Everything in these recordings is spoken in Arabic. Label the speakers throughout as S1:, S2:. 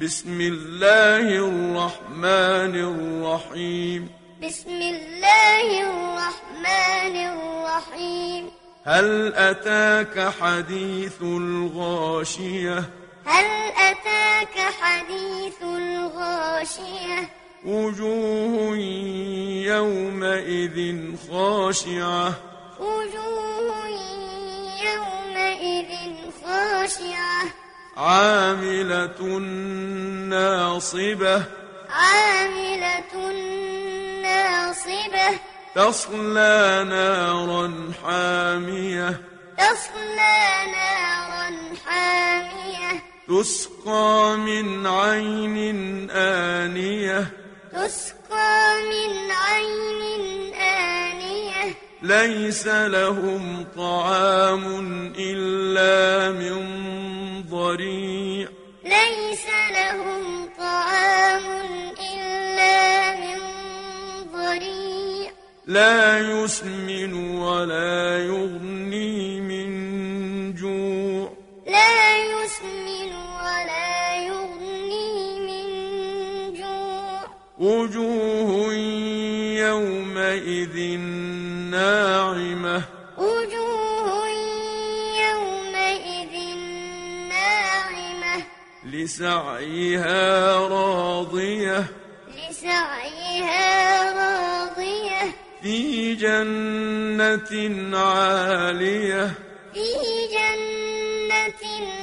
S1: بسم الله الرحمن الرحيم
S2: بسم الله الرحمن الرحيم
S1: هل أتاك حديث الغاشية
S2: هل أتاك حديث الغاشية
S1: وجوه يومئذ خاشعة
S2: وجوه يومئذ خاشعة
S1: عاملة ناصبة
S2: عاملة ناصبة
S1: تصلى نارا حامية
S2: تصلى نارا حامية
S1: تسقى من عين آنية
S2: تسقى من عين آنية
S1: ليس لهم طعام إلا من ضريع
S2: ليس لهم طعام إلا من ضريع
S1: لا يسمن ولا يغني من جوع
S2: لا يسمن ولا يغني من جوع
S1: وجوه يومئذ ناعمة
S2: وجوه يومئذ ناعمة
S1: لسعيها راضية
S2: لسعيها راضية
S1: في جنة عالية
S2: في جنة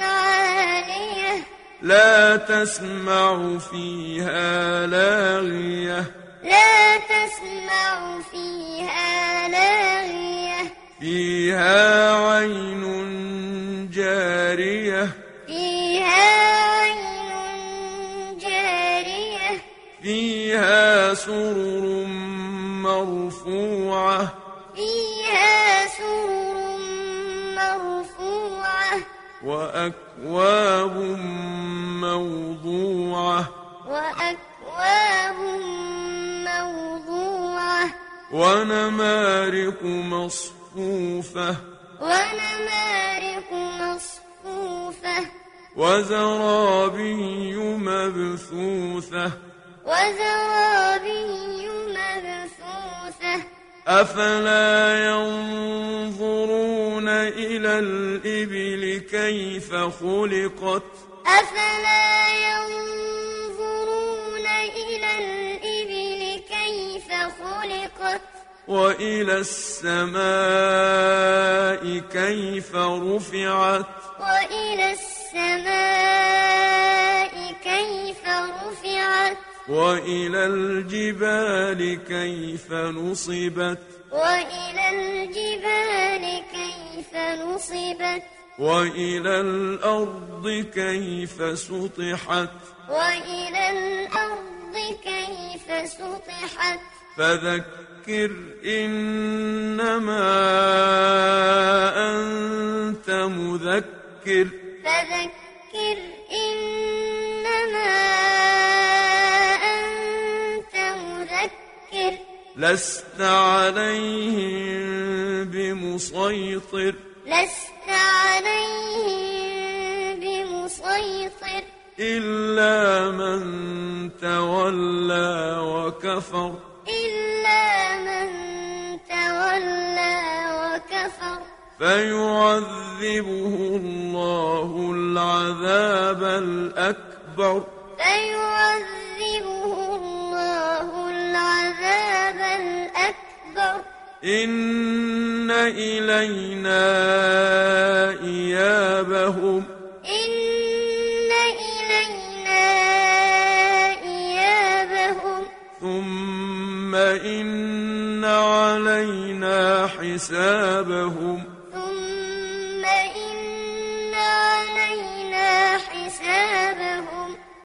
S2: عالية
S1: لا تسمع فيها لاغية
S2: لا تسمع فيها لاغية
S1: فيها عين جارية
S2: فيها عين جارية
S1: فيها سرر مرفوعة
S2: فيها سرر مرفوعة
S1: وأكواب موضوعة
S2: وأكواب موضوعة
S1: ونمارق مصفوفة
S2: ونمارق مصفوفة
S1: وزرابي مبثوثة
S2: وزرابي مبثوثة
S1: أفلا ينظرون إلى الإبل كيف خلقت
S2: أفلا ينظرون إلى الإبل كيف خلقت
S1: وإلى السماء كيف رفعت
S2: وإلى السماء كيف رفعت
S1: وإلى الجبال كيف نصبت
S2: وإلى الجبال كيف نصبت
S1: وإلى الأرض كيف سطحت
S2: وإلى الأرض كيف سطحت
S1: فذكر إنما أنت مذكر
S2: فذكر إنما أنت مذكر
S1: لست عليهم بمسيطر
S2: لست عليهم بمسيطر
S1: إلا من تولى وكفر
S2: إلا من تولى وكفر
S1: فيعذبه الله العذاب الأكبر
S2: فيعذبه الله العذاب الأكبر
S1: إن إلينا إيابهم
S2: إن إلينا إيابهم
S1: ثم إن علينا حسابهم